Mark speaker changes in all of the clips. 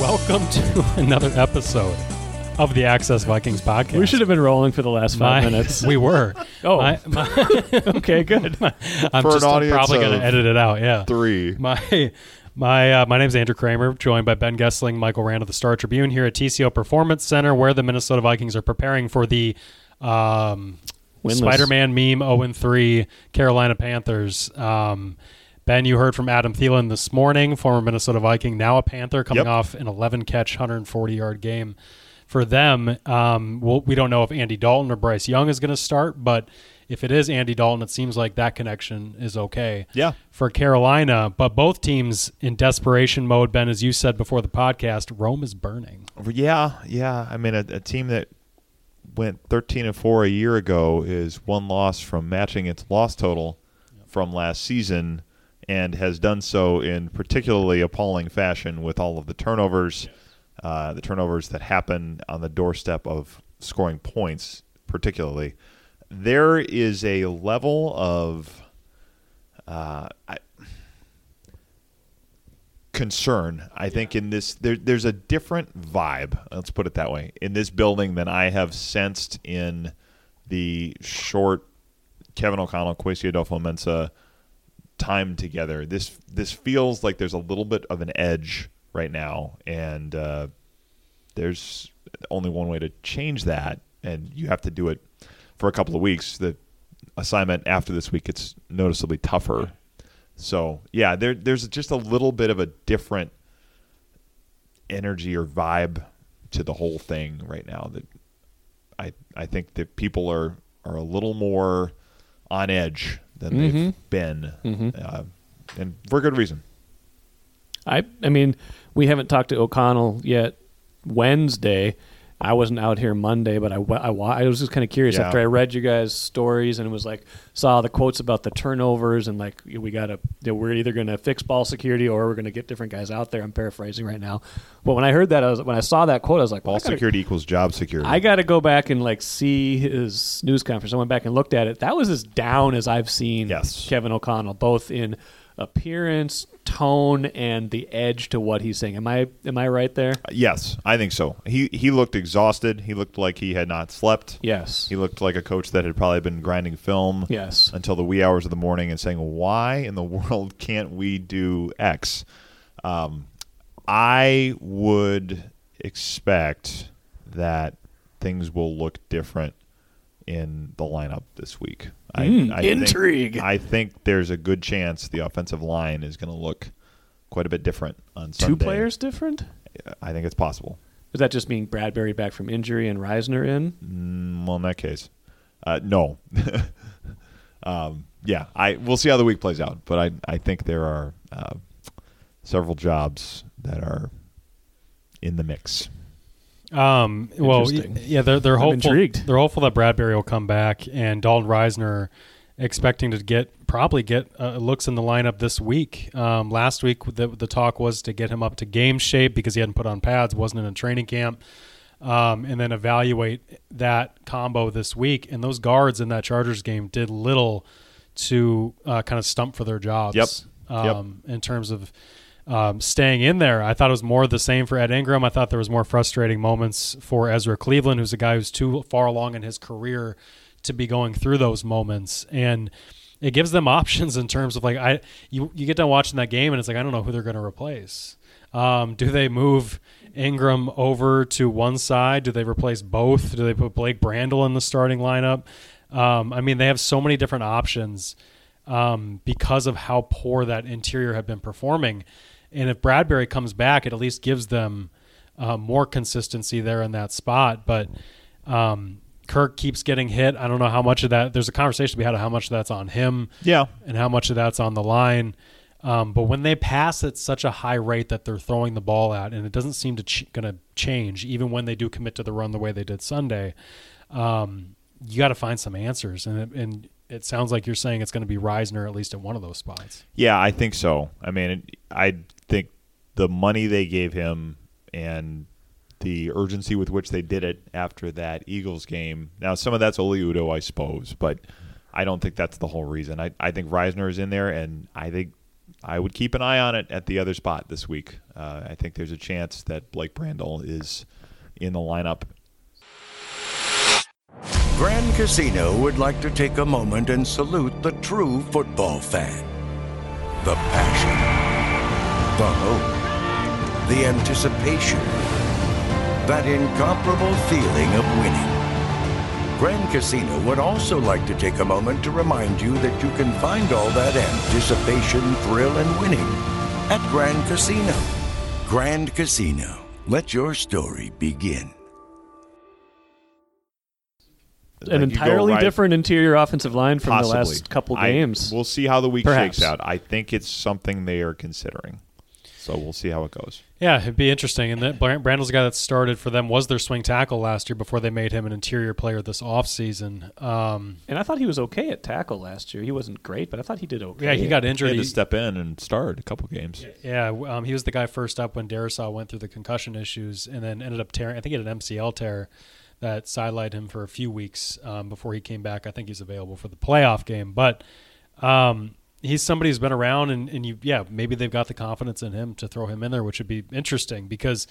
Speaker 1: Welcome to another episode of the Access Vikings podcast.
Speaker 2: We should have been rolling for the last five
Speaker 1: My-
Speaker 2: minutes.
Speaker 1: We were.
Speaker 2: Oh,
Speaker 1: My- my-
Speaker 2: okay, good.
Speaker 1: I'm
Speaker 3: For an
Speaker 1: just
Speaker 3: audience
Speaker 1: probably going
Speaker 3: of
Speaker 1: to edit it out. Yeah.
Speaker 3: three.
Speaker 1: My my uh, my name's Andrew Kramer, joined by Ben Gessling, Michael Rand of the Star Tribune here at TCO Performance Center, where the Minnesota Vikings are preparing for the um,
Speaker 2: Winless.
Speaker 1: Spider-Man meme 0 3 Carolina Panthers. Um, ben, you heard from Adam Thielen this morning, former Minnesota Viking, now a Panther, coming
Speaker 3: Yep.
Speaker 1: off an 11 catch, 140 yard game for them. Um, we'll, we don't know if Andy Dalton or Bryce Young is going to start, but if it is Andy Dalton, it seems like that connection is okay
Speaker 3: Yeah.
Speaker 1: for Carolina. But both teams in desperation mode, Ben, as you said before the podcast, Rome is burning.
Speaker 3: Yeah, yeah. I mean, a, a team that went 13 and 4 a year ago is one loss from matching its loss total from last season and has done so in particularly appalling fashion with all of the turnovers, uh, the turnovers that happen on the doorstep of scoring points, particularly. There is a level of. Uh, I, concern. I think in this there, there's a different vibe. Let's put it that way in this building than I have sensed in the short Kevin O'Connell, Quasi Adolfo Mensa time together. This this feels like there's a little bit of an edge right now, and uh, there's only one way to change that, and you have to do it for a couple of weeks. The assignment after this week gets noticeably tougher. So yeah, there there's just a little bit of a different energy or vibe to the whole thing right now that I I think that people are are a little more on edge than
Speaker 2: Mm-hmm.
Speaker 3: they've been, uh, and for good reason.
Speaker 2: I, I mean, we haven't talked to O'Connell yet. Wednesday, I wasn't out here Monday, but I, wa- I, wa- I was just kind of curious
Speaker 3: Yeah.
Speaker 2: after I read you guys' stories and it was like saw the quotes about the turnovers and like we got to we're either going to fix ball security or we're going to get different guys out there. I'm paraphrasing right now, but when I heard that, I was when I saw that quote, I was like,
Speaker 3: Ball
Speaker 2: I gotta-
Speaker 3: security equals job security.
Speaker 2: I got to go back and like see his news conference. I went back and looked at it. That was as down as I've seen
Speaker 3: Yes.
Speaker 2: Kevin O'Connell, both in appearance, tone, and the edge to what he's saying. Am I am I right there?
Speaker 3: yes, I think so. He he looked exhausted. He looked like he had not slept.
Speaker 2: Yes.
Speaker 3: He looked like a coach that had probably been grinding film.
Speaker 2: Yes.
Speaker 3: until the wee hours of the morning and saying, "Why in the world can't we do X?" Um, I would expect that things will look different in the lineup this week. I, I
Speaker 2: Hmm, intrigue.
Speaker 3: Think, I think there's a good chance the offensive line is going to look quite a bit different on
Speaker 2: Two
Speaker 3: Sunday.
Speaker 2: players different?
Speaker 3: I think it's possible.
Speaker 2: Is that just mean Bradbury back from injury and Reisner in?
Speaker 3: Mm, Well, in that case, uh, no. um, yeah, I we'll see how the week plays out, but I I think there are uh, several jobs that are in the mix.
Speaker 1: Um, well, y-
Speaker 2: Interesting.
Speaker 1: yeah, they're they're
Speaker 2: I'm
Speaker 1: hopeful.
Speaker 2: intrigued.
Speaker 1: They're hopeful that Bradbury will come back and Dalton Reisner expecting to get probably get uh, looks in the lineup this week. Um, last week the the talk was to get him up to game shape because he hadn't put on pads, wasn't in a training camp. Um, and then evaluate that combo this week. And those guards in that Chargers game did little to uh, kind of stump for their jobs
Speaker 3: Yep. Yep.
Speaker 1: um, in terms of um, staying in there. I thought it was more of the same for Ed Ingram. I thought there was more frustrating moments for Ezra Cleveland, who's a guy who's too far along in his career to be going through those moments. And it gives them options in terms of like I you you get done watching that game and it's like I don't know who they're going to replace. Um, do they move Ingram over to one side? Do they replace both? Do they put Blake Brandel in the starting lineup? Um, I mean, they have so many different options um, because of how poor that interior had been performing. And if Bradbury comes back, it at least gives them uh, more consistency there in that spot. But um, Kirk keeps getting hit. I don't know how much of that. There's a conversation to be had of how much of that's on him
Speaker 3: Yeah,
Speaker 1: and how much of that's on the line. Um, but when they pass at such a high rate that they're throwing the ball at, and it doesn't seem to ch- going to change, even when they do commit to the run the way they did Sunday, um, you got to find some answers. And it, and it sounds like you're saying it's going to be Reisner at least in one of those spots.
Speaker 3: yeah, I think so. I mean, it, I think the money they gave him and the urgency with which they did it after that Eagles game. Now, some of that's Ole Udo, I suppose, but I don't think that's the whole reason. I, I think Reisner is in there, and I think I would keep an eye on it at the other spot this week. Uh, I think there's a chance that Blake Brandel is in the lineup.
Speaker 4: Grand Casino would like to take a moment and salute the true football fan. The passion, the hope, the anticipation, that incomparable feeling of winning. Grand Casino would also like to take a moment to remind you that you can find all that anticipation, thrill, and winning at Grand Casino. Grand Casino, let your story begin.
Speaker 3: Like, you
Speaker 2: An
Speaker 3: go
Speaker 2: entirely
Speaker 3: right-
Speaker 2: different interior offensive line from
Speaker 3: possibly.
Speaker 2: the last couple
Speaker 3: I-
Speaker 2: games.
Speaker 3: we'll see how the week
Speaker 2: Perhaps.
Speaker 3: shakes out. I think it's something they are considering. So we'll see how it goes.
Speaker 1: Yeah, it'd be interesting. And that Bran- Brandel's a guy that started for them was their swing tackle last year before they made him an interior player this offseason. Um,
Speaker 2: and I thought he was okay at tackle last year. He wasn't great, but I thought he did okay.
Speaker 1: yeah, he got
Speaker 3: He
Speaker 1: injured.
Speaker 3: had to
Speaker 1: He-
Speaker 3: step in and start a couple games.
Speaker 1: Yeah, w- um, he was the guy first up when Darisaw went through the concussion issues, and then ended up tearing. I think he had an MCL tear that sidelined him for a few weeks um, before he came back. I think he's available for the playoff game, but um, he's somebody who's been around, and, and you, yeah, maybe they've got the confidence in him to throw him in there, which would be interesting because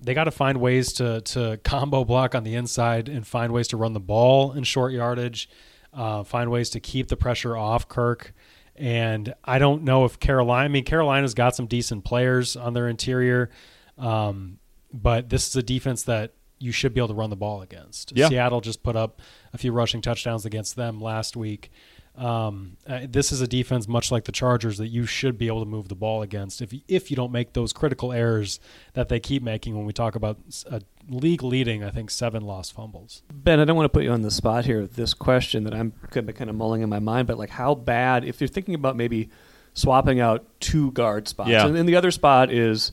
Speaker 1: they got to find ways to to combo block on the inside and find ways to run the ball in short yardage, uh, find ways to keep the pressure off Kirk. And I don't know if Carolina. I mean, Carolina's got some decent players on their interior, um, but this is a defense that you should be able to run the ball against.
Speaker 3: Yeah.
Speaker 1: Seattle just put up a few rushing touchdowns against them last week. Um, uh, this is a defense much like the Chargers that you should be able to move the ball against if if you don't make those critical errors that they keep making when we talk about s- a league leading I think seven lost fumbles.
Speaker 2: Ben, I don't want to put you on the spot here with this question that I'm kind of- kind of mulling in my mind, but like how bad, if you're thinking about maybe swapping out two guard spots,
Speaker 3: Yeah.
Speaker 2: and then the other spot is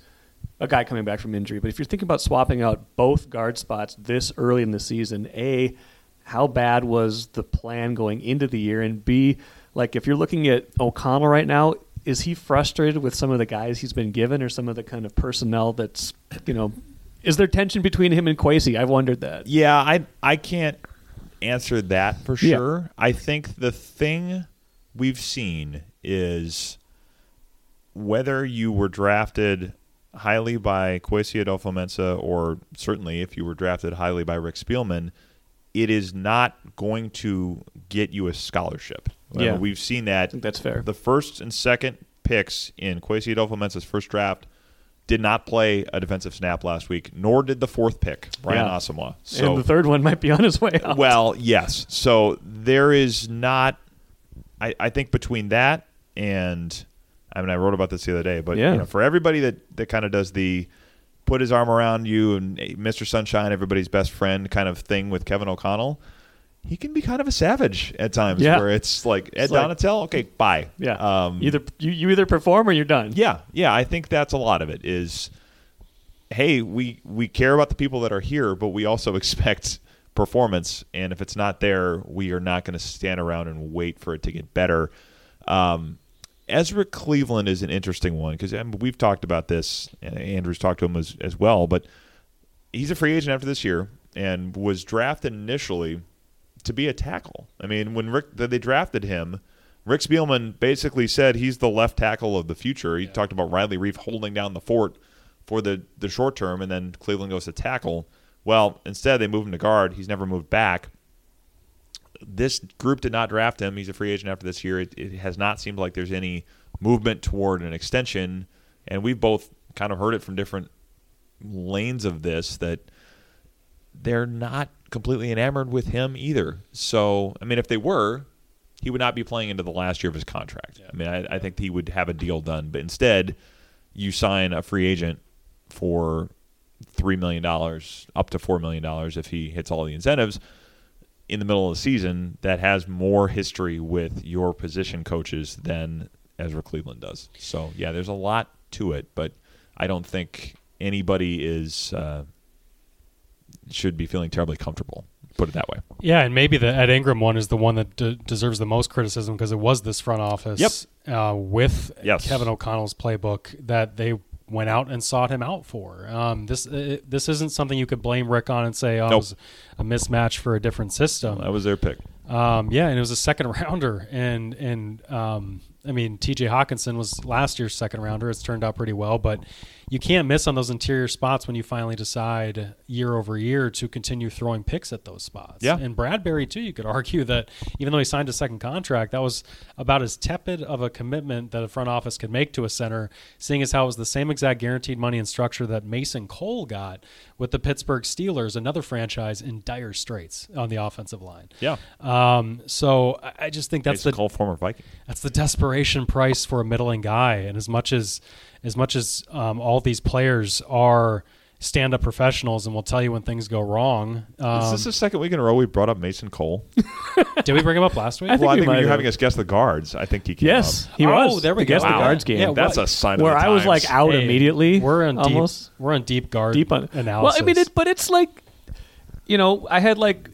Speaker 2: a guy coming back from injury, but if you're thinking about swapping out both guard spots this early in the season, A, how bad was the plan going into the year? And B, like if you're looking at O'Connell right now, is he frustrated with some of the guys he's been given or some of the kind of personnel that's, you know, is there tension between him and Quasi? I've wondered that.
Speaker 3: Yeah, I I can't answer that for sure. I think the thing we've seen is whether you were drafted highly by Coesia Fomensa or certainly if you were drafted highly by Rick Spielman, it is not going to get you a scholarship. Uh,
Speaker 2: Yeah.
Speaker 3: We've seen that. I
Speaker 2: think that's fair.
Speaker 3: The first and second picks in Quasi Fomensa's first draft did not play a defensive snap last week, nor did the fourth pick, Brian
Speaker 2: Yeah.
Speaker 3: Asamoah. So
Speaker 2: and the third one might be on his way out.
Speaker 3: well, yes. So there is not. I, I think between that and, I mean, I wrote about this the other day, but
Speaker 2: Yeah.
Speaker 3: you know, for everybody that that kind of does the put his arm around you and eh, Mr. Sunshine, everybody's best friend kind of thing with Kevin O'Connell. He can be kind of a savage at times,
Speaker 2: Yeah.
Speaker 3: where it's like Ed
Speaker 2: like-
Speaker 3: Donatel. Okay, bye.
Speaker 2: yeah.
Speaker 3: Um,
Speaker 2: either you, you either perform or you're done.
Speaker 3: yeah, yeah, I think that's a lot of it is hey, we we care about the people that are here, but we also expect performance and if it's not there, we are not going to stand around and wait for it to get better. Um Ezra Cleveland is an interesting one because I mean, we've talked about this, and Andrew's talked to him as, as well. But he's a free agent after this year and was drafted initially to be a tackle. I mean, when Rick that they drafted him, Rick Spielman basically said he's the left tackle of the future. He talked about Riley Reef holding down the fort for the the short term, and then Cleveland goes to tackle. Well, instead they move him to guard. He's never moved back. This group did not draft him. He's a free agent after this year. It, it has not seemed like there's any movement toward an extension, and we've both kind of heard it from different lanes of this that they're not completely enamored with him either. So, I mean, if they were, he would not be playing into the last year of his contract. I mean, I, I think he would have a deal done. But instead, you sign a free agent for three million dollars, up to four million dollars if he hits all the incentives in the middle of the season. That has more history with your position coaches than Ezra Cleveland does. So, yeah, there's a lot to it, but I don't think anybody is. Uh, should be feeling terribly comfortable. Put it that way.
Speaker 1: Yeah, and maybe the Ed Ingram one is the one that de- deserves the most criticism because it was this front office uh, with
Speaker 3: Yes.
Speaker 1: Kevin O'Connell's playbook that they went out and sought him out for. Um, this uh, this isn't something you could blame Rick on and say, "Oh,
Speaker 3: Nope.
Speaker 1: it was a mismatch for a different system."
Speaker 3: That was their pick.
Speaker 1: Um, yeah, and it was a second rounder, and and um, I mean, TJ Hawkinson was last year's second rounder. It's turned out pretty well, but you can't miss on those interior spots when you finally decide year over year to continue throwing picks at those spots.
Speaker 3: Yeah.
Speaker 1: And Bradbury, too, you could argue that even though he signed a second contract, that was about as tepid of a commitment that a front office could make to a center, seeing as how it was the same exact guaranteed money and structure that Mason Cole got with the Pittsburgh Steelers, another franchise in dire straits on the offensive line.
Speaker 3: Yeah.
Speaker 1: Um, so I- I just think that's the
Speaker 3: Cole, former Viking.
Speaker 1: that's the desperation price for a middling guy. And as much as as much as um, all these players are stand up professionals and will tell you when things go wrong,
Speaker 3: Is
Speaker 1: um,
Speaker 3: this the second week in a row we brought up Mason Cole?
Speaker 1: did we bring him up last week?
Speaker 2: I think
Speaker 3: well, I
Speaker 2: we
Speaker 3: think
Speaker 2: might
Speaker 3: when you're
Speaker 2: have.
Speaker 3: having us guess the guards, I think he came
Speaker 2: Yes,
Speaker 3: up.
Speaker 2: he
Speaker 1: Oh,
Speaker 2: was.
Speaker 1: there we
Speaker 2: I guess
Speaker 1: go.
Speaker 2: the
Speaker 1: Wow.
Speaker 2: guards game.
Speaker 1: Yeah,
Speaker 3: That's
Speaker 1: what-
Speaker 3: a sign
Speaker 2: where
Speaker 3: of the
Speaker 2: I was
Speaker 3: times.
Speaker 2: like out
Speaker 1: Hey,
Speaker 2: immediately.
Speaker 1: We're on
Speaker 2: almost
Speaker 1: deep. We're on deep guard.
Speaker 2: deep on
Speaker 1: analysis.
Speaker 2: Well, I mean, it, but it's like, you know, I had like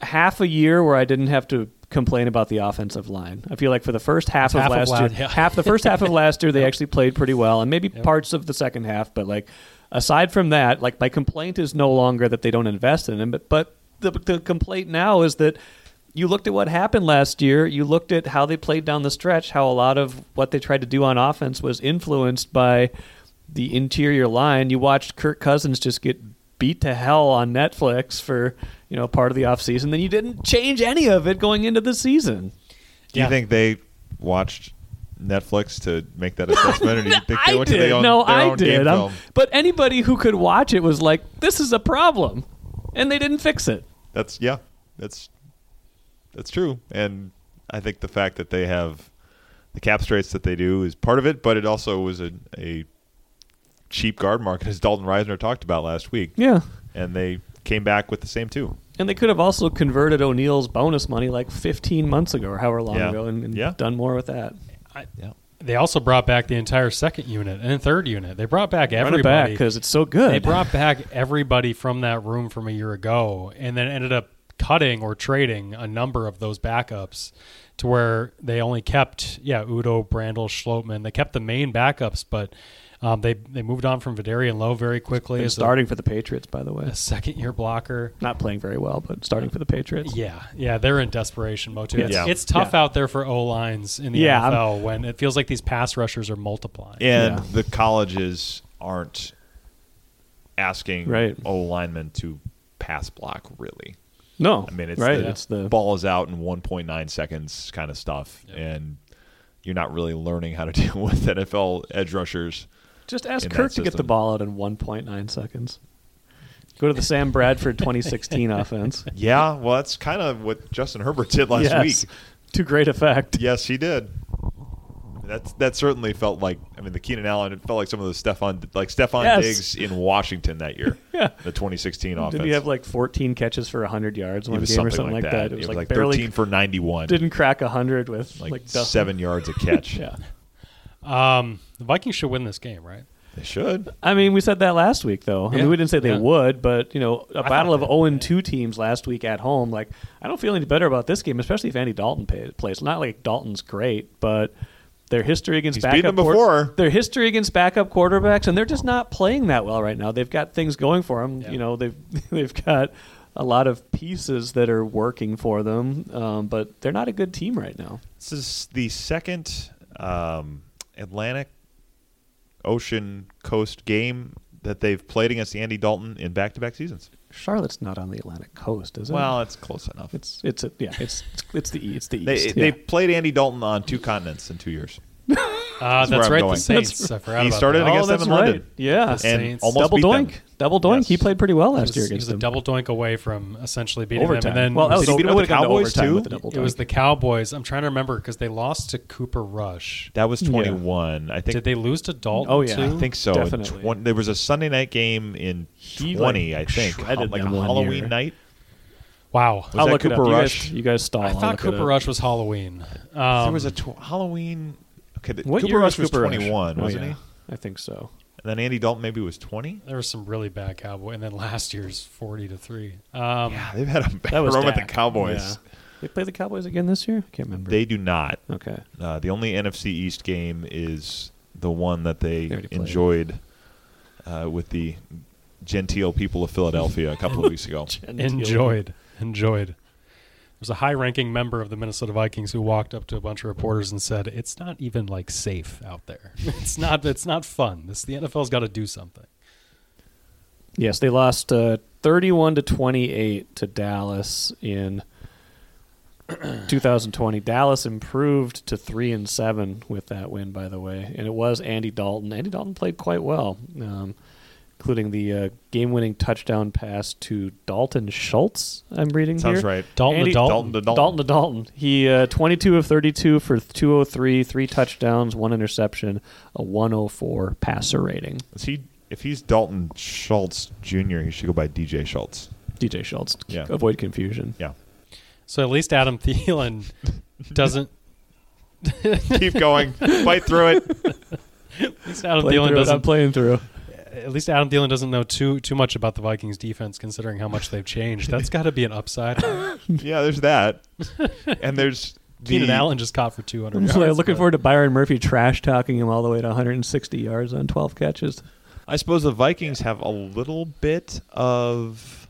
Speaker 2: half a year where I didn't have to complain about the offensive line. I feel like for the first half of
Speaker 1: half of
Speaker 2: last
Speaker 1: last-
Speaker 2: year,
Speaker 1: yeah.
Speaker 2: half the first half of last year, they actually played pretty well, and maybe parts of the second half. But like, aside from that, like my complaint is no longer that they don't invest in him, but but the the complaint now is that. You looked at what happened last year. You looked at how they played down the stretch, how a lot of what they tried to do on offense was influenced by the interior line. You watched Kirk Cousins just get beat to hell on Netflix for you know part of the offseason. Then you didn't change any of it going into the season.
Speaker 3: Do you
Speaker 1: Yeah.
Speaker 3: think they watched Netflix to make that assessment, or do you think they
Speaker 2: I
Speaker 3: went to
Speaker 2: did.
Speaker 3: their own,
Speaker 2: no,
Speaker 3: their
Speaker 2: I
Speaker 3: own game
Speaker 2: did. I'm-
Speaker 3: film?
Speaker 2: But anybody who could watch it was like, "This is a problem," and they didn't fix it.
Speaker 3: That's yeah, that's that's true, and I think the fact that they have the cap straits that they do is part of it, but it also was a, a cheap guard market, as Dalton Reisner talked about last week,
Speaker 2: Yeah,
Speaker 3: and they came back with the same two.
Speaker 2: and they could have also converted O'Neill's bonus money like 15 months ago or however long
Speaker 3: Yeah.
Speaker 2: ago, and, and
Speaker 3: Yeah.
Speaker 2: done more with that.
Speaker 3: Yeah,
Speaker 1: they also brought back the entire second unit and third unit. They brought back
Speaker 2: Run it back
Speaker 1: everybody.
Speaker 2: because it's so good.
Speaker 1: They brought back everybody from that room from a year ago and then ended up cutting or trading a number of those backups to where they only kept, yeah, Udo, Brandel, Schlotman. They kept the main backups, but um, they, they moved on from Vidarian Lowe very quickly
Speaker 2: Been
Speaker 1: as a,
Speaker 2: starting for the Patriots, by the way.
Speaker 1: a second year blocker.
Speaker 2: Not playing very well, but starting for the Patriots.
Speaker 1: Yeah, yeah, they're in desperation mode too. It's,
Speaker 3: Yeah.
Speaker 1: it's tough
Speaker 2: Yeah.
Speaker 1: out there for O lines in the
Speaker 2: Yeah, I'm-
Speaker 1: NFL when it feels like these pass rushers are multiplying.
Speaker 3: and
Speaker 2: Yeah.
Speaker 3: the colleges aren't asking
Speaker 2: Right.
Speaker 3: O linemen to pass block really.
Speaker 2: No,
Speaker 3: I mean, it's
Speaker 2: right.
Speaker 3: the,
Speaker 2: It's the
Speaker 3: ball is out in 1.9 seconds kind of stuff, and you're not really learning how to deal with NFL edge rushers.
Speaker 2: Just ask
Speaker 3: in that
Speaker 2: Kirk to get the
Speaker 3: system.
Speaker 2: ball out in 1.9 seconds. Go to the Sam Bradford 2016 offense.
Speaker 3: Yeah, well, that's kind of what Justin Herbert did last
Speaker 2: Yes.
Speaker 3: week.
Speaker 2: To great effect.
Speaker 3: Yes, he did. That's that certainly felt like. I mean, the Keenan Allen. It felt like some of the Stefan, like Stefan
Speaker 2: Yes.
Speaker 3: Diggs in Washington that year.
Speaker 2: Yeah.
Speaker 3: the 2016 offense.
Speaker 2: Did he have like 14 catches for 100 yards
Speaker 3: It
Speaker 2: one game
Speaker 3: was
Speaker 2: or something like that? It was like, barely
Speaker 3: 13 for 91.
Speaker 2: didn't crack 100 with
Speaker 3: like,
Speaker 2: like, nothing.
Speaker 3: seven yards a catch.
Speaker 2: Yeah.
Speaker 1: Um, the Vikings should win this game, right?
Speaker 3: They should.
Speaker 2: I mean, we said that last week though.
Speaker 1: Yeah.
Speaker 2: I mean, we didn't say they
Speaker 1: Yeah.
Speaker 2: would, but you know, a
Speaker 1: thought
Speaker 2: battle of
Speaker 1: they-
Speaker 2: 0 and 2 teams last week at home. Like, I don't feel any better about this game, especially if Andy Dalton pay- plays. Not like Dalton's great, but their history against
Speaker 3: He's beaten
Speaker 2: backup
Speaker 3: them before.
Speaker 2: their history against backup quarterbacks, and they're just not playing that well right now. They've got things going for them.
Speaker 1: Yeah.
Speaker 2: You know, they've they've got a lot of pieces that are working for them, um, but they're not a good team right now.
Speaker 3: This is the second um, Atlantic Ocean Coast game that they've played against Andy Dalton in back-to-back seasons.
Speaker 2: Charlotte's not on the Atlantic coast, is it?
Speaker 3: Well, it's close enough.
Speaker 2: it's it's a, yeah, it's it's the e- it's the east.
Speaker 3: they
Speaker 2: yeah.
Speaker 3: they played Andy Dalton on two continents in two years.
Speaker 1: Uh,
Speaker 3: That's where
Speaker 1: that's
Speaker 3: I'm
Speaker 1: right.
Speaker 3: going.
Speaker 1: The Saints. I forgot
Speaker 3: He
Speaker 1: about
Speaker 3: started
Speaker 1: that. Oh,
Speaker 3: against them
Speaker 2: that's
Speaker 3: in London.
Speaker 2: Yeah.
Speaker 1: The
Speaker 3: And
Speaker 1: Saints.
Speaker 3: almost
Speaker 2: double
Speaker 3: beat
Speaker 2: doink.
Speaker 3: them.
Speaker 2: Double doink.
Speaker 3: Yes.
Speaker 2: He played pretty well
Speaker 1: He
Speaker 2: last
Speaker 1: was, he
Speaker 2: year
Speaker 1: was
Speaker 2: against
Speaker 1: a
Speaker 2: them.
Speaker 1: double doink away from essentially beating
Speaker 2: overtime.
Speaker 1: them. And then
Speaker 2: well,
Speaker 1: it was,
Speaker 3: Did he
Speaker 2: also,
Speaker 3: beat 'em
Speaker 2: it
Speaker 3: with the
Speaker 2: would've gone to
Speaker 3: Cowboys,
Speaker 2: overtime
Speaker 3: too?
Speaker 2: With the double
Speaker 1: it was the Cowboys. I'm trying to remember because they lost to Cooper Rush.
Speaker 3: That was 21. I think
Speaker 1: Did they lose to Dalton?
Speaker 2: Oh, yeah.
Speaker 1: too?
Speaker 3: I think so. In
Speaker 2: Definitely.
Speaker 3: 20 there was a Sunday night game in
Speaker 2: He,
Speaker 3: 20,
Speaker 2: like,
Speaker 3: I think.
Speaker 2: shredded
Speaker 3: Like a
Speaker 2: them one
Speaker 3: Halloween
Speaker 2: year.
Speaker 3: night.
Speaker 1: Wow.
Speaker 3: Was
Speaker 2: I'll
Speaker 3: that
Speaker 2: look it up.
Speaker 3: Cooper
Speaker 2: You guys-
Speaker 3: Rush?
Speaker 2: You guys, stall.
Speaker 1: I
Speaker 2: I'll
Speaker 1: thought
Speaker 2: look it
Speaker 1: Cooper
Speaker 2: up.
Speaker 1: Rush was Halloween. Um,
Speaker 3: there was a tw- Halloween. Okay, the,
Speaker 2: What
Speaker 3: Cooper
Speaker 2: year
Speaker 3: Rush was
Speaker 2: Cooper
Speaker 3: 21,
Speaker 2: Oh,
Speaker 3: wasn't
Speaker 2: yeah.
Speaker 3: he?
Speaker 2: I think so.
Speaker 3: And then Andy Dalton maybe was 20.
Speaker 1: there was some really bad Cowboy, and then last year's forty to three. Um,
Speaker 3: Yeah, they've had a bad
Speaker 2: That was
Speaker 3: run with the
Speaker 2: Dak.
Speaker 3: Cowboys.
Speaker 2: Yeah. They play the Cowboys again this year. I can't remember.
Speaker 3: They do not.
Speaker 2: okay.
Speaker 3: Uh, the only NFC East game is the one that they
Speaker 2: They already played.
Speaker 3: enjoyed uh, with the genteel people of Philadelphia a couple of weeks ago.
Speaker 1: Enjoyed, enjoyed. There's a high-ranking member of the Minnesota Vikings who walked up to a bunch of reporters and said, "It's not even like safe out there. it's not. It's not fun. This the NFL's got to do something."
Speaker 2: Yes, they lost uh, 31 to 28 to Dallas in 2020. Dallas improved to 3 and 7 with that win by the way, and it was Andy Dalton. Andy Dalton played quite well. Um, including the uh, game-winning touchdown pass to Dalton Schultz. I'm reading
Speaker 3: Sounds
Speaker 2: here.
Speaker 3: right.
Speaker 1: Dalton
Speaker 2: Andy-
Speaker 1: to Dalton.
Speaker 3: Dalton to Dalton.
Speaker 2: Dalton to Dalton. He uh, 22 of 32 for 203, three touchdowns, one interception, a 104 passer rating.
Speaker 3: Is he? If he's Dalton Schultz Jr., he should go by DJ Schultz.
Speaker 2: DJ Schultz.
Speaker 3: Yeah.
Speaker 2: Avoid confusion.
Speaker 3: Yeah.
Speaker 1: So at least Adam Thielen doesn't.
Speaker 3: Keep going. Fight through it.
Speaker 1: At least Adam
Speaker 2: Play
Speaker 1: Thielen
Speaker 2: through it. I'm
Speaker 1: doesn't.
Speaker 2: playing through.
Speaker 1: At least Adam Thielen doesn't know too too much about the Vikings defense, considering how much they've changed. That's got to be an upside.
Speaker 3: Yeah, there's that. And there's the,
Speaker 1: Keenan Allen just caught for 200 yards.
Speaker 2: looking
Speaker 1: but-
Speaker 2: forward to Byron Murphy trash talking him all the way to 160 yards on 12 catches.
Speaker 3: I suppose the Vikings have a little bit of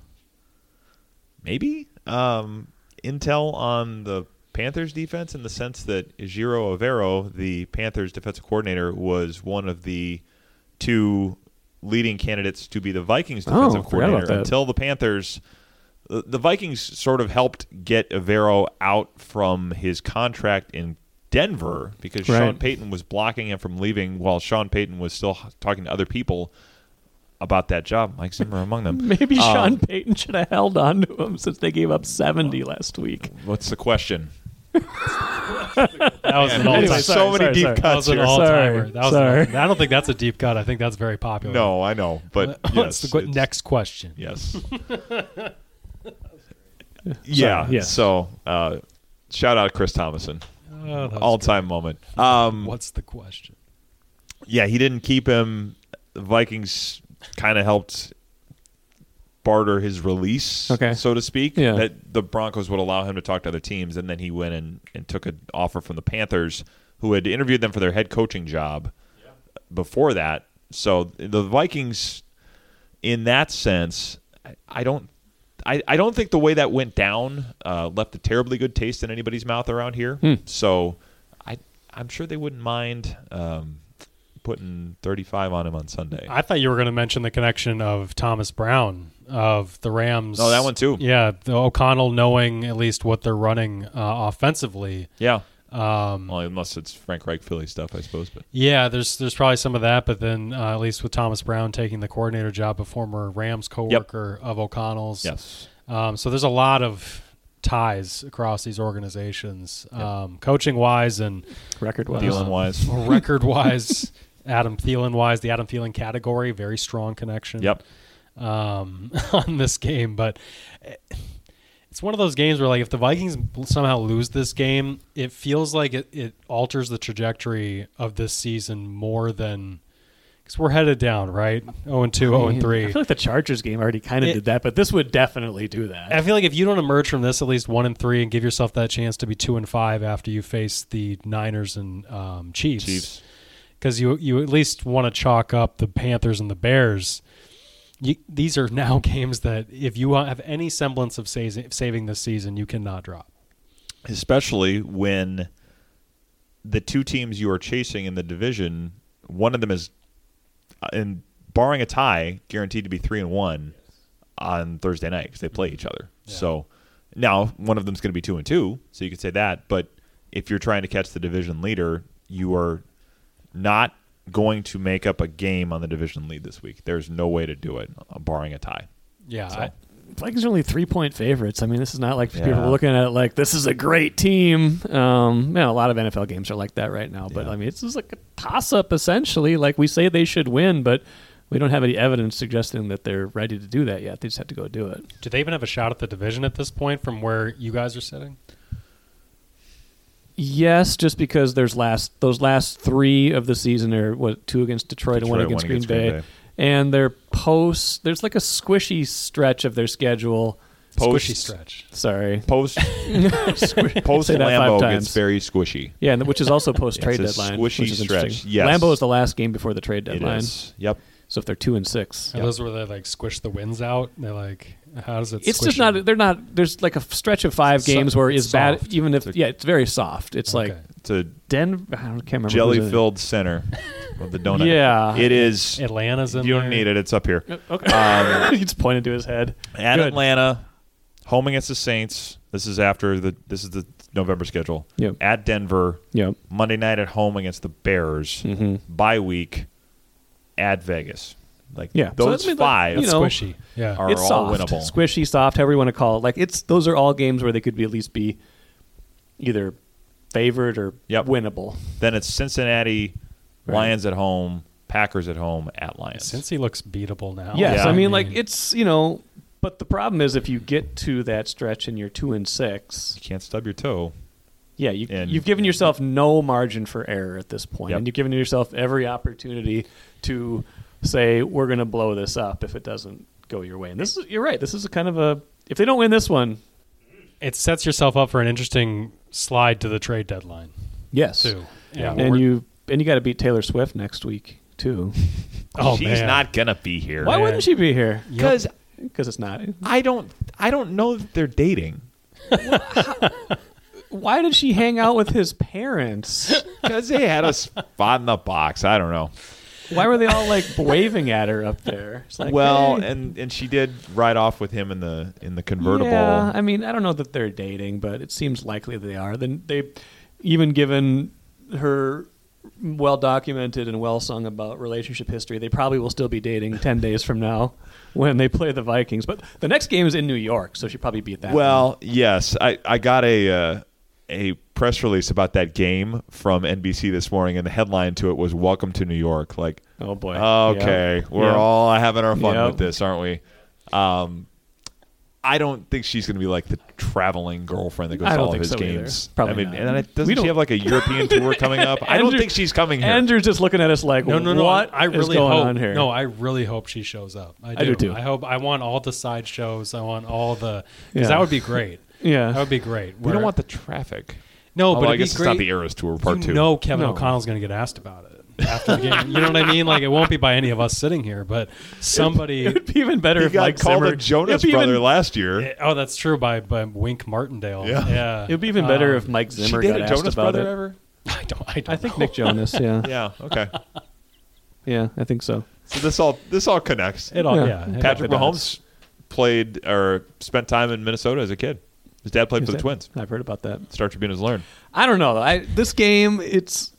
Speaker 3: maybe um, intel on the Panthers defense in the sense that Giro Avero, the Panthers defensive coordinator, was one of the two leading candidates to be the Vikings
Speaker 2: Oh,
Speaker 3: defensive
Speaker 2: forgot about
Speaker 3: coordinator
Speaker 2: that.
Speaker 3: until the Panthers. The the Vikings sort of helped get Avero out from his contract in Denver because Sean
Speaker 2: Right.
Speaker 3: Payton was blocking him from leaving while Sean Payton was still h- talking to other people about that job, Mike Zimmer among them.
Speaker 2: Maybe
Speaker 3: Um,
Speaker 2: Sean Payton should have held on to him since they gave up 70 last week.
Speaker 3: What's the question?
Speaker 1: That was an
Speaker 3: Anyway,
Speaker 1: all-time.
Speaker 3: so many deep
Speaker 1: that was
Speaker 3: cuts
Speaker 1: an
Speaker 3: here.
Speaker 1: all-timer. That was an
Speaker 2: Sorry.
Speaker 1: all- I don't think that's a deep cut. I think that's very popular.
Speaker 3: No, I know, but
Speaker 1: What's
Speaker 3: yes,
Speaker 1: the qu-
Speaker 3: it's-
Speaker 1: next question?
Speaker 3: Yes. yeah.
Speaker 2: Sorry, yes.
Speaker 3: So, uh, shout out Chris Thomason,
Speaker 1: Oh, that was-
Speaker 3: all time moment. Um,
Speaker 1: What's the question?
Speaker 3: yeah, he didn't keep him. The Vikings kind of helped barter his release,
Speaker 2: Okay.
Speaker 3: so to speak.
Speaker 2: Yeah.
Speaker 3: That the Broncos would allow him to talk to other teams, and then he went and, and took an offer from the Panthers, who had interviewed them for their head coaching job before that. So the Vikings, in that sense, I- I don't. I, I don't think the way that went down uh, left a terribly good taste in anybody's mouth around here. So I I'm sure they wouldn't mind um, putting 35 on him on Sunday.
Speaker 1: I thought you were going to mention the connection of Thomas Brown of the Rams.
Speaker 3: Oh, that one too.
Speaker 1: Yeah, the O'Connell knowing at least what they're running uh, offensively.
Speaker 3: yeah.
Speaker 1: Um,
Speaker 3: Well, unless it's Frank Reich Philly stuff, I suppose. But
Speaker 1: Yeah, there's there's probably some of that, but then uh, at least with Thomas Brown taking the coordinator job, a former Rams coworker of O'Connell's.
Speaker 3: yes,
Speaker 1: Um, so there's a lot of ties across these organizations, um, coaching wise and
Speaker 2: Record
Speaker 3: dealing
Speaker 2: wise.
Speaker 3: wise.
Speaker 1: record wise. Adam Thielen wise, the Adam Thielen category, very strong connection.
Speaker 3: Yep.
Speaker 1: Um, on this game, but it's one of those games where like if the Vikings somehow lose this game, it feels like it, it alters the trajectory of this season more than because we're headed down, right? 0 Oh, and 2, 0 and 3.
Speaker 2: I feel like the Chargers game already kind
Speaker 1: It-
Speaker 2: of did that, but this would definitely do that.
Speaker 1: I feel like if you don't emerge from this at least one and three and give yourself that chance to be two and five after you face the Niners and um, Chiefs,
Speaker 3: Chiefs.
Speaker 1: because you you at least want to chalk up the Panthers and the Bears. You, these are now games that if you have any semblance of sa- saving this season, you cannot drop.
Speaker 3: especially when the two teams you are chasing in the division, one of them is, uh, and barring a tie, guaranteed to be three and one on Thursday night because they play each other. So now one of them's going to be two and two, so you could say that. But if you're trying to catch the division leader, you are not going to make up a game on the division lead this week. There's no way to do it, uh, barring a tie.
Speaker 1: Yeah, I,
Speaker 2: Vikings are only three point favorites. I mean, this is not like people
Speaker 3: Yeah.
Speaker 2: are looking at it like this is a great team. Um, man, a lot of NFL games are like that right now. But I mean, this is like a toss up essentially. Like we say they should win, but we don't have any evidence suggesting that they're ready to do that yet. They just have to go do it.
Speaker 1: do they even have a shot at the division at this point from where you guys are sitting?
Speaker 2: Yes, just because there's last those last three of the season are what two against Detroit, and one against,
Speaker 3: Detroit, one
Speaker 2: Green,
Speaker 3: against
Speaker 2: Bay.
Speaker 3: Green Bay.
Speaker 2: and their post there's like a squishy stretch of their schedule.
Speaker 3: Post-
Speaker 1: Squishy stretch.
Speaker 2: Sorry,
Speaker 3: Post post
Speaker 2: Say that five
Speaker 3: Lambo
Speaker 2: times.
Speaker 3: gets very squishy.
Speaker 2: Yeah, and which is also post trade
Speaker 3: Yeah, it's a
Speaker 2: deadline.
Speaker 3: squishy
Speaker 2: which is
Speaker 3: stretch,
Speaker 2: interesting.
Speaker 3: yes.
Speaker 2: Lambo is the last game before the trade
Speaker 3: It
Speaker 2: deadline.
Speaker 3: is. Yep.
Speaker 2: So if they're two and six,
Speaker 1: Are those where they like squish the wins out? They're like, How does it?
Speaker 2: It's
Speaker 1: squish
Speaker 2: just not.
Speaker 1: in?
Speaker 2: They're not. There's like a f- stretch of five
Speaker 1: So-
Speaker 2: games where it's bad.
Speaker 1: soft.
Speaker 2: Even if
Speaker 3: It's a-
Speaker 2: yeah, it's very soft. It's like
Speaker 1: Okay.
Speaker 3: It's a
Speaker 2: Denver. I don't- can't remember. who's in it.
Speaker 3: jelly-filled center of the donut.
Speaker 2: Yeah.
Speaker 3: it is.
Speaker 1: Atlanta's in
Speaker 3: you
Speaker 1: there.
Speaker 3: don't need it. It's up here.
Speaker 2: Uh, Okay.
Speaker 3: um,
Speaker 2: he just pointed to his head.
Speaker 3: At
Speaker 2: Good.
Speaker 3: Atlanta, home against the Saints. This is after the. This is the November schedule.
Speaker 2: Yep.
Speaker 3: At Denver.
Speaker 2: Yep. Mm-hmm.
Speaker 3: Monday night at home against the Bears. Bye week. At Vegas. Like
Speaker 2: Yeah. So
Speaker 3: those
Speaker 2: I mean, like,
Speaker 3: five
Speaker 2: you know,
Speaker 1: squishy. Yeah.
Speaker 3: are
Speaker 2: it's
Speaker 3: all
Speaker 2: soft,
Speaker 3: winnable.
Speaker 2: squishy, soft, however you want to call it. Like it's those are all games where they could be at least be either favored or
Speaker 3: Yep.
Speaker 2: winnable.
Speaker 3: Then it's Cincinnati, Lions at home, Packers at home, at Lions.
Speaker 1: Since he looks beatable now.
Speaker 2: Yes,
Speaker 3: Oh, Yeah.
Speaker 2: I mean like it's you know, but the problem is if you get to that stretch and you're two and six,
Speaker 3: you can't stub your toe.
Speaker 2: yeah, you
Speaker 3: And-
Speaker 2: you've given yourself no margin for error at this point,
Speaker 3: Yep.
Speaker 2: and you've given yourself every opportunity to say we're going to blow this up if it doesn't go your way. And this is you're right. This is a kind of a if they don't win this one,
Speaker 1: it sets yourself up for an interesting slide to the trade deadline
Speaker 2: yes,
Speaker 1: too.
Speaker 2: Yeah,
Speaker 1: we're-
Speaker 2: and you and you got to beat Taylor Swift next week too.
Speaker 1: Oh
Speaker 3: She's
Speaker 1: man.
Speaker 3: not gonna be here.
Speaker 2: Why
Speaker 1: Yeah.
Speaker 2: wouldn't she be here?
Speaker 3: Because
Speaker 2: Because it's not.
Speaker 3: I don't. I don't know that they're dating.
Speaker 2: Why did she hang out with his parents?
Speaker 3: Because they had a spot in the box. I don't know.
Speaker 2: Why were they all like waving at her up there? It's like, eh,
Speaker 3: well,
Speaker 2: hey.
Speaker 3: and and she did ride off with him in the in the convertible.
Speaker 2: Yeah, I mean, I don't know that they're dating, but it seems likely they are. Then they, even given her well documented and well sung about relationship history, they probably will still be dating ten days from now when they play the Vikings. But the next game is in New York, so she probably beat that. one.
Speaker 3: Well, yes, I I got a uh, a press release about that game from NBC this morning, and the headline to it was "Welcome to New York." Like,
Speaker 2: Oh, boy.
Speaker 3: okay,
Speaker 2: Yep.
Speaker 3: we're
Speaker 2: Yep.
Speaker 3: all having our fun
Speaker 2: Yep.
Speaker 3: with this, aren't we? Um, I don't think she's going to be like the traveling girlfriend that goes
Speaker 2: I
Speaker 3: to
Speaker 2: don't
Speaker 3: all of
Speaker 2: think
Speaker 3: his
Speaker 2: so either.
Speaker 3: games.
Speaker 2: Probably
Speaker 3: I mean,
Speaker 2: not.
Speaker 3: and then it, doesn't
Speaker 2: We
Speaker 3: she
Speaker 2: don't-
Speaker 3: have like a European tour coming up? I don't
Speaker 2: Andrew-
Speaker 3: think she's coming here.
Speaker 2: Andrew's just looking at us like,
Speaker 1: No, no, no.
Speaker 2: What
Speaker 1: I
Speaker 2: is
Speaker 1: really
Speaker 2: going
Speaker 1: hope.
Speaker 2: on here?
Speaker 1: No, I really hope she shows up. I do.
Speaker 2: I do too.
Speaker 1: I hope. I want all the side shows. I want all the because
Speaker 2: Yeah.
Speaker 1: that would be great.
Speaker 2: Yeah.
Speaker 1: that would be great.
Speaker 3: we
Speaker 1: Where-
Speaker 3: don't want the traffic.
Speaker 2: Oh,
Speaker 1: no, but
Speaker 3: Although I
Speaker 1: it'd be
Speaker 3: guess it's not
Speaker 1: great-
Speaker 3: the Eras tour part
Speaker 1: you
Speaker 3: two.
Speaker 1: know Kevin
Speaker 2: No.
Speaker 1: O'Connell's going to get asked about it after the game. you know what I mean? Like it won't be by any of us sitting here, but somebody.
Speaker 2: It'd be even better
Speaker 3: he
Speaker 2: if
Speaker 3: got
Speaker 2: Mike
Speaker 3: called
Speaker 2: Zimmer,
Speaker 3: a Jonas
Speaker 2: it'd be
Speaker 3: brother
Speaker 2: Even,
Speaker 3: last year.
Speaker 1: oh, that's true. By by Wink Martindale.
Speaker 3: Yeah.
Speaker 1: Yeah,
Speaker 2: it'd be even better
Speaker 1: Um,
Speaker 2: if Mike
Speaker 3: she
Speaker 2: Zimmer
Speaker 3: did
Speaker 2: got
Speaker 3: a
Speaker 2: asked
Speaker 3: Jonas
Speaker 2: about
Speaker 3: brother
Speaker 2: it.
Speaker 3: ever?
Speaker 1: I don't. I, don't
Speaker 2: I think
Speaker 1: know.
Speaker 2: Nick Jonas. Yeah. yeah,
Speaker 3: Yeah. Okay.
Speaker 2: I think so.
Speaker 3: so this all this all connects.
Speaker 1: It all.
Speaker 2: Yeah.
Speaker 1: Yeah. it
Speaker 3: Patrick
Speaker 1: all-
Speaker 3: Mahomes played or spent time in Minnesota as a kid. His dad played
Speaker 2: Is
Speaker 3: for the
Speaker 2: that-
Speaker 3: Twins.
Speaker 2: I've heard about that.
Speaker 3: Star Tribune has learned.
Speaker 2: I don't know. I this game, it's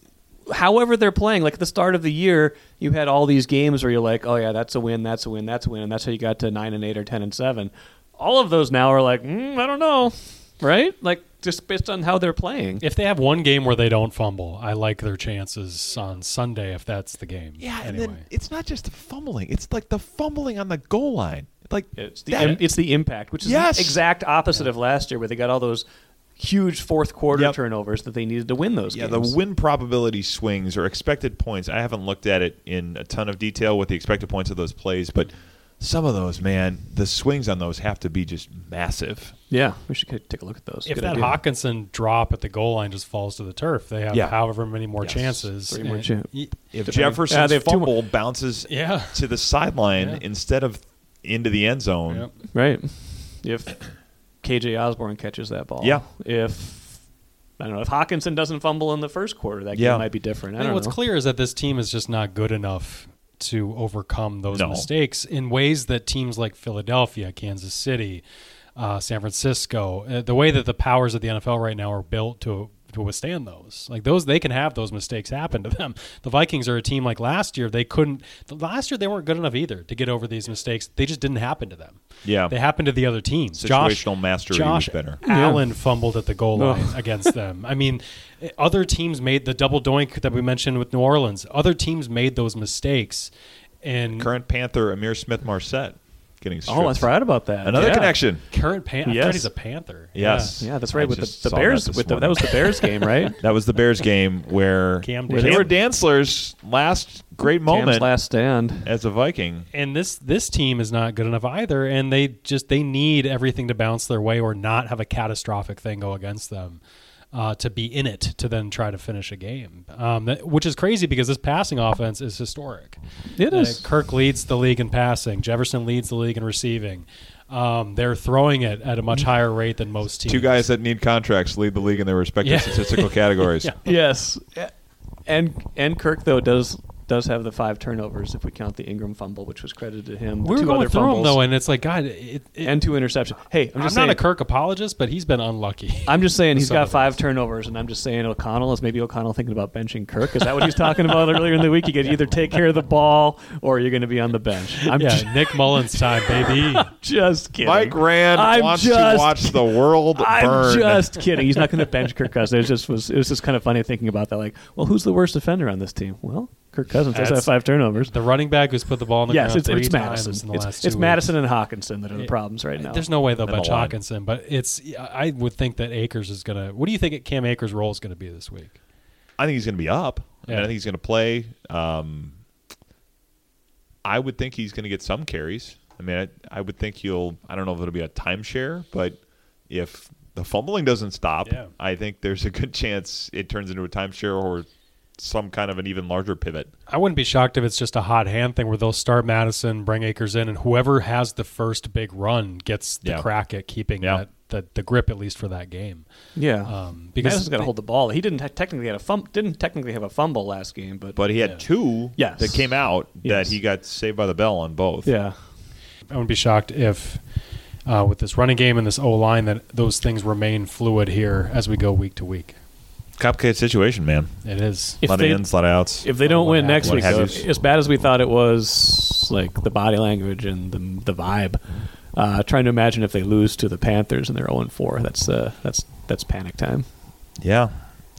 Speaker 2: however they're playing. Like at the start of the year, you had all these games where you're like, oh yeah, that's a win, that's a win, that's a win, and that's how you got to nine and eight or ten and seven. All of those now are like, mm, I don't know, right? Like just based on how they're playing.
Speaker 1: If they have one game where they don't fumble, I like their chances on Sunday if that's the game. Anyway.
Speaker 3: it's not just the fumbling; it's like the fumbling on the goal line. Like
Speaker 2: It's the im- it's the impact, which is
Speaker 3: Yes.
Speaker 2: the exact opposite of last year, where they got all those huge fourth quarter
Speaker 3: Yep.
Speaker 2: turnovers that they needed to win those
Speaker 3: yeah, the
Speaker 2: games.
Speaker 3: win probability swings or expected points. I haven't looked at it in a ton of detail with the expected points of those plays, but some of those, man, the swings on those have to be just massive.
Speaker 2: yeah, we should take a look at those.
Speaker 1: if
Speaker 2: Good
Speaker 1: that
Speaker 2: idea.
Speaker 1: Hawkinson drop at the goal line just falls to the turf, they have
Speaker 3: Yeah.
Speaker 1: however many more
Speaker 3: Yes.
Speaker 1: chances.
Speaker 2: Three more
Speaker 1: And-
Speaker 2: chan-
Speaker 1: y-
Speaker 3: If
Speaker 2: Depending- Yeah,
Speaker 3: Jefferson's
Speaker 2: Ah, they have two
Speaker 3: fumble bounces
Speaker 1: Yeah.
Speaker 3: to the sideline
Speaker 1: Yeah.
Speaker 3: instead of into the end zone,
Speaker 1: Yep.
Speaker 2: Right. If KJ Osborne catches that ball.
Speaker 3: Yeah.
Speaker 2: If I don't know, if Hawkinson doesn't fumble in the first quarter, that
Speaker 3: Yeah.
Speaker 2: game might be different.
Speaker 1: I
Speaker 2: I,
Speaker 1: think
Speaker 2: don't
Speaker 1: what's
Speaker 2: know.
Speaker 1: clear is that this team is just not good enough to overcome those
Speaker 3: No.
Speaker 1: mistakes in ways that teams like Philadelphia, Kansas City, uh, San Francisco, uh, the way that the powers of the NFL right now are built to to withstand those, like those, they can have those mistakes happen to them. The Vikings are a team like last year; they couldn't. the- Last year they weren't good enough either to get over these mistakes. They just didn't happen to them.
Speaker 3: Yeah.
Speaker 1: they happened to the other teams.
Speaker 3: Situational
Speaker 1: Josh,
Speaker 3: mastery
Speaker 1: Josh
Speaker 3: was better.
Speaker 1: Allen fumbled at the goal
Speaker 2: Ugh.
Speaker 1: line against them. I mean, other teams made the double doink that we mentioned with New Orleans. Other teams made those mistakes, and current,
Speaker 3: current Panther Amir Smith Marset getting stripped.
Speaker 2: Mm-hmm. Oh, I forgot about that.
Speaker 3: Another
Speaker 2: Yeah.
Speaker 3: connection.
Speaker 1: pan- I
Speaker 2: Yes.
Speaker 1: thought he's a Panther.
Speaker 3: Yes.
Speaker 2: Yeah, that's
Speaker 3: I
Speaker 2: right. With
Speaker 3: just
Speaker 2: the, the
Speaker 3: saw that
Speaker 2: Bears,
Speaker 3: this
Speaker 2: with the, that
Speaker 3: morning.
Speaker 2: was the Bears game, right?
Speaker 3: That was the Bears game where
Speaker 1: Cam
Speaker 3: where
Speaker 1: Dantzler.
Speaker 3: they were Dantzler's last great moment
Speaker 2: Cam's last stand.
Speaker 3: as a Viking.
Speaker 1: Yeah. And this this team is not good enough either, and they just they need everything to bounce their way or not have a catastrophic thing go against them. Uh, to be in it to then try to finish a game, um, that, which is crazy because this passing offense is historic.
Speaker 2: It
Speaker 1: Uh,
Speaker 2: is.
Speaker 1: Kirk leads the league in passing. Jefferson leads the league in receiving. um, they're throwing it at a much higher rate than most teams.
Speaker 3: Two guys that need contracts lead the league in their respective
Speaker 1: Yeah.
Speaker 3: statistical categories.
Speaker 1: Yeah.
Speaker 2: Yes, and and Kirk though does does have the five turnovers if we count the Ingram fumble, which was credited to him.
Speaker 1: We were
Speaker 2: two
Speaker 1: going
Speaker 2: other
Speaker 1: through
Speaker 2: fumbles,
Speaker 1: them though, and it's like God. It, it,
Speaker 2: and two interceptions. Hey,
Speaker 1: I'm,
Speaker 2: I'm just
Speaker 1: not
Speaker 2: saying,
Speaker 1: a Kirk apologist, but he's been unlucky.
Speaker 2: I'm just saying he's
Speaker 1: Some
Speaker 2: got
Speaker 1: of
Speaker 2: five turnovers, and I'm just saying O'Connell is maybe O'Connell thinking about benching Kirk. Is that what he's talking about earlier in the week? You could either take care of the ball or you're going to be on the bench. I'm ju-
Speaker 1: yeah, Nick Mullins time, baby.
Speaker 2: just kidding.
Speaker 3: Mike Rand
Speaker 2: I'm
Speaker 3: wants to
Speaker 2: just-
Speaker 3: watch the world
Speaker 2: I'm
Speaker 3: burn.
Speaker 2: just kidding. He's not going to bench Kirk Cousins. It was just was it was just kind of funny thinking about that. Like, well, who's the worst defender on this team? Well, Kirk Cousins does have
Speaker 1: That's-
Speaker 2: five turnovers.
Speaker 1: The running back who's put the ball in the
Speaker 2: yes,
Speaker 1: ground
Speaker 2: it's,
Speaker 1: three
Speaker 2: it's
Speaker 1: times
Speaker 2: Madison.
Speaker 1: in the
Speaker 2: it's
Speaker 1: last
Speaker 2: it's
Speaker 1: two
Speaker 2: Madison and Hawkinson that are the
Speaker 1: It-
Speaker 2: problems right now.
Speaker 1: There's no way they'll
Speaker 3: And the
Speaker 1: bench
Speaker 3: line.
Speaker 1: Hawkinson, but it's. I would think that Akers is gonna. What do you think Cam Akers' role is gonna be this week?
Speaker 3: I think he's going to be up. I, mean,
Speaker 1: Yeah.
Speaker 3: I think he's going to play. Um, I would think he's going to get some carries. I mean, I, I would think he'll. I don't know if it'll be a timeshare, but if the fumbling doesn't stop,
Speaker 1: Yeah.
Speaker 3: I think there's a good chance it turns into a timeshare or some kind of an even larger pivot.
Speaker 1: I wouldn't be shocked if it's just a hot hand thing where they'll start Madison, bring Akers in, and whoever has the first big run gets the
Speaker 3: Yeah.
Speaker 1: crack at keeping
Speaker 3: Yeah.
Speaker 1: that the, the grip at least for that game.
Speaker 2: yeah.
Speaker 1: Um, because
Speaker 2: Madison's got to hold the ball. He didn't te- technically had a fum- didn't technically have a fumble last game, but,
Speaker 3: But he had two
Speaker 2: Yes.
Speaker 3: that came out
Speaker 2: Yes.
Speaker 3: that he got saved by the bell on both.
Speaker 2: yeah,
Speaker 1: I wouldn't be shocked if uh, with this running game and this O line that those things remain fluid here as we go week to week.
Speaker 3: Complicated situation, man.
Speaker 1: It is.
Speaker 2: If
Speaker 3: lot
Speaker 2: they-
Speaker 3: of ins, lot of outs.
Speaker 2: if they don't
Speaker 1: What
Speaker 2: win next
Speaker 1: happened?
Speaker 2: week,
Speaker 3: What
Speaker 2: though,
Speaker 3: have you-
Speaker 2: as bad as we thought it was, like the body language and the the vibe. Uh, trying to imagine if they lose to the Panthers and they're 0 4. That's uh, that's that's panic time.
Speaker 3: yeah.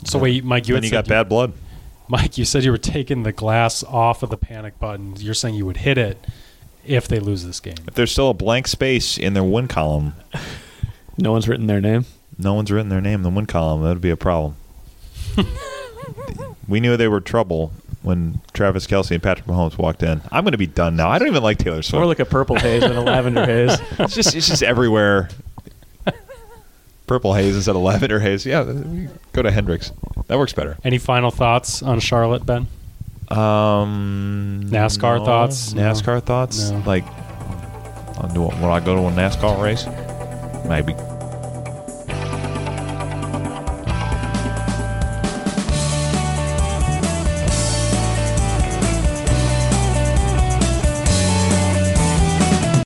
Speaker 1: So wait, Mike, you
Speaker 3: then
Speaker 1: had
Speaker 3: you
Speaker 1: said
Speaker 3: got bad blood.
Speaker 1: Mike, you said you were taking the glass off of the panic button. You're saying you would hit it if they lose this game.
Speaker 3: If there's still a blank space in their win column,
Speaker 2: No one's written their name.
Speaker 3: no one's written their name in the win column. That would be a problem. we knew they were trouble when Travis Kelsey and Patrick Mahomes walked in. I'm going to be done now. I don't even like Taylor
Speaker 2: More
Speaker 3: Swift.
Speaker 2: like a purple haze than a lavender haze.
Speaker 3: it's just it's just everywhere. Purple haze instead of lavender haze. Yeah, we go to Hendrix. That works better.
Speaker 1: Any final thoughts on Charlotte, Ben?
Speaker 3: Um,
Speaker 1: NASCAR
Speaker 3: no.
Speaker 1: thoughts? No.
Speaker 3: NASCAR thoughts.
Speaker 1: No.
Speaker 3: Like, I'll do it when I go to a NASCAR race, maybe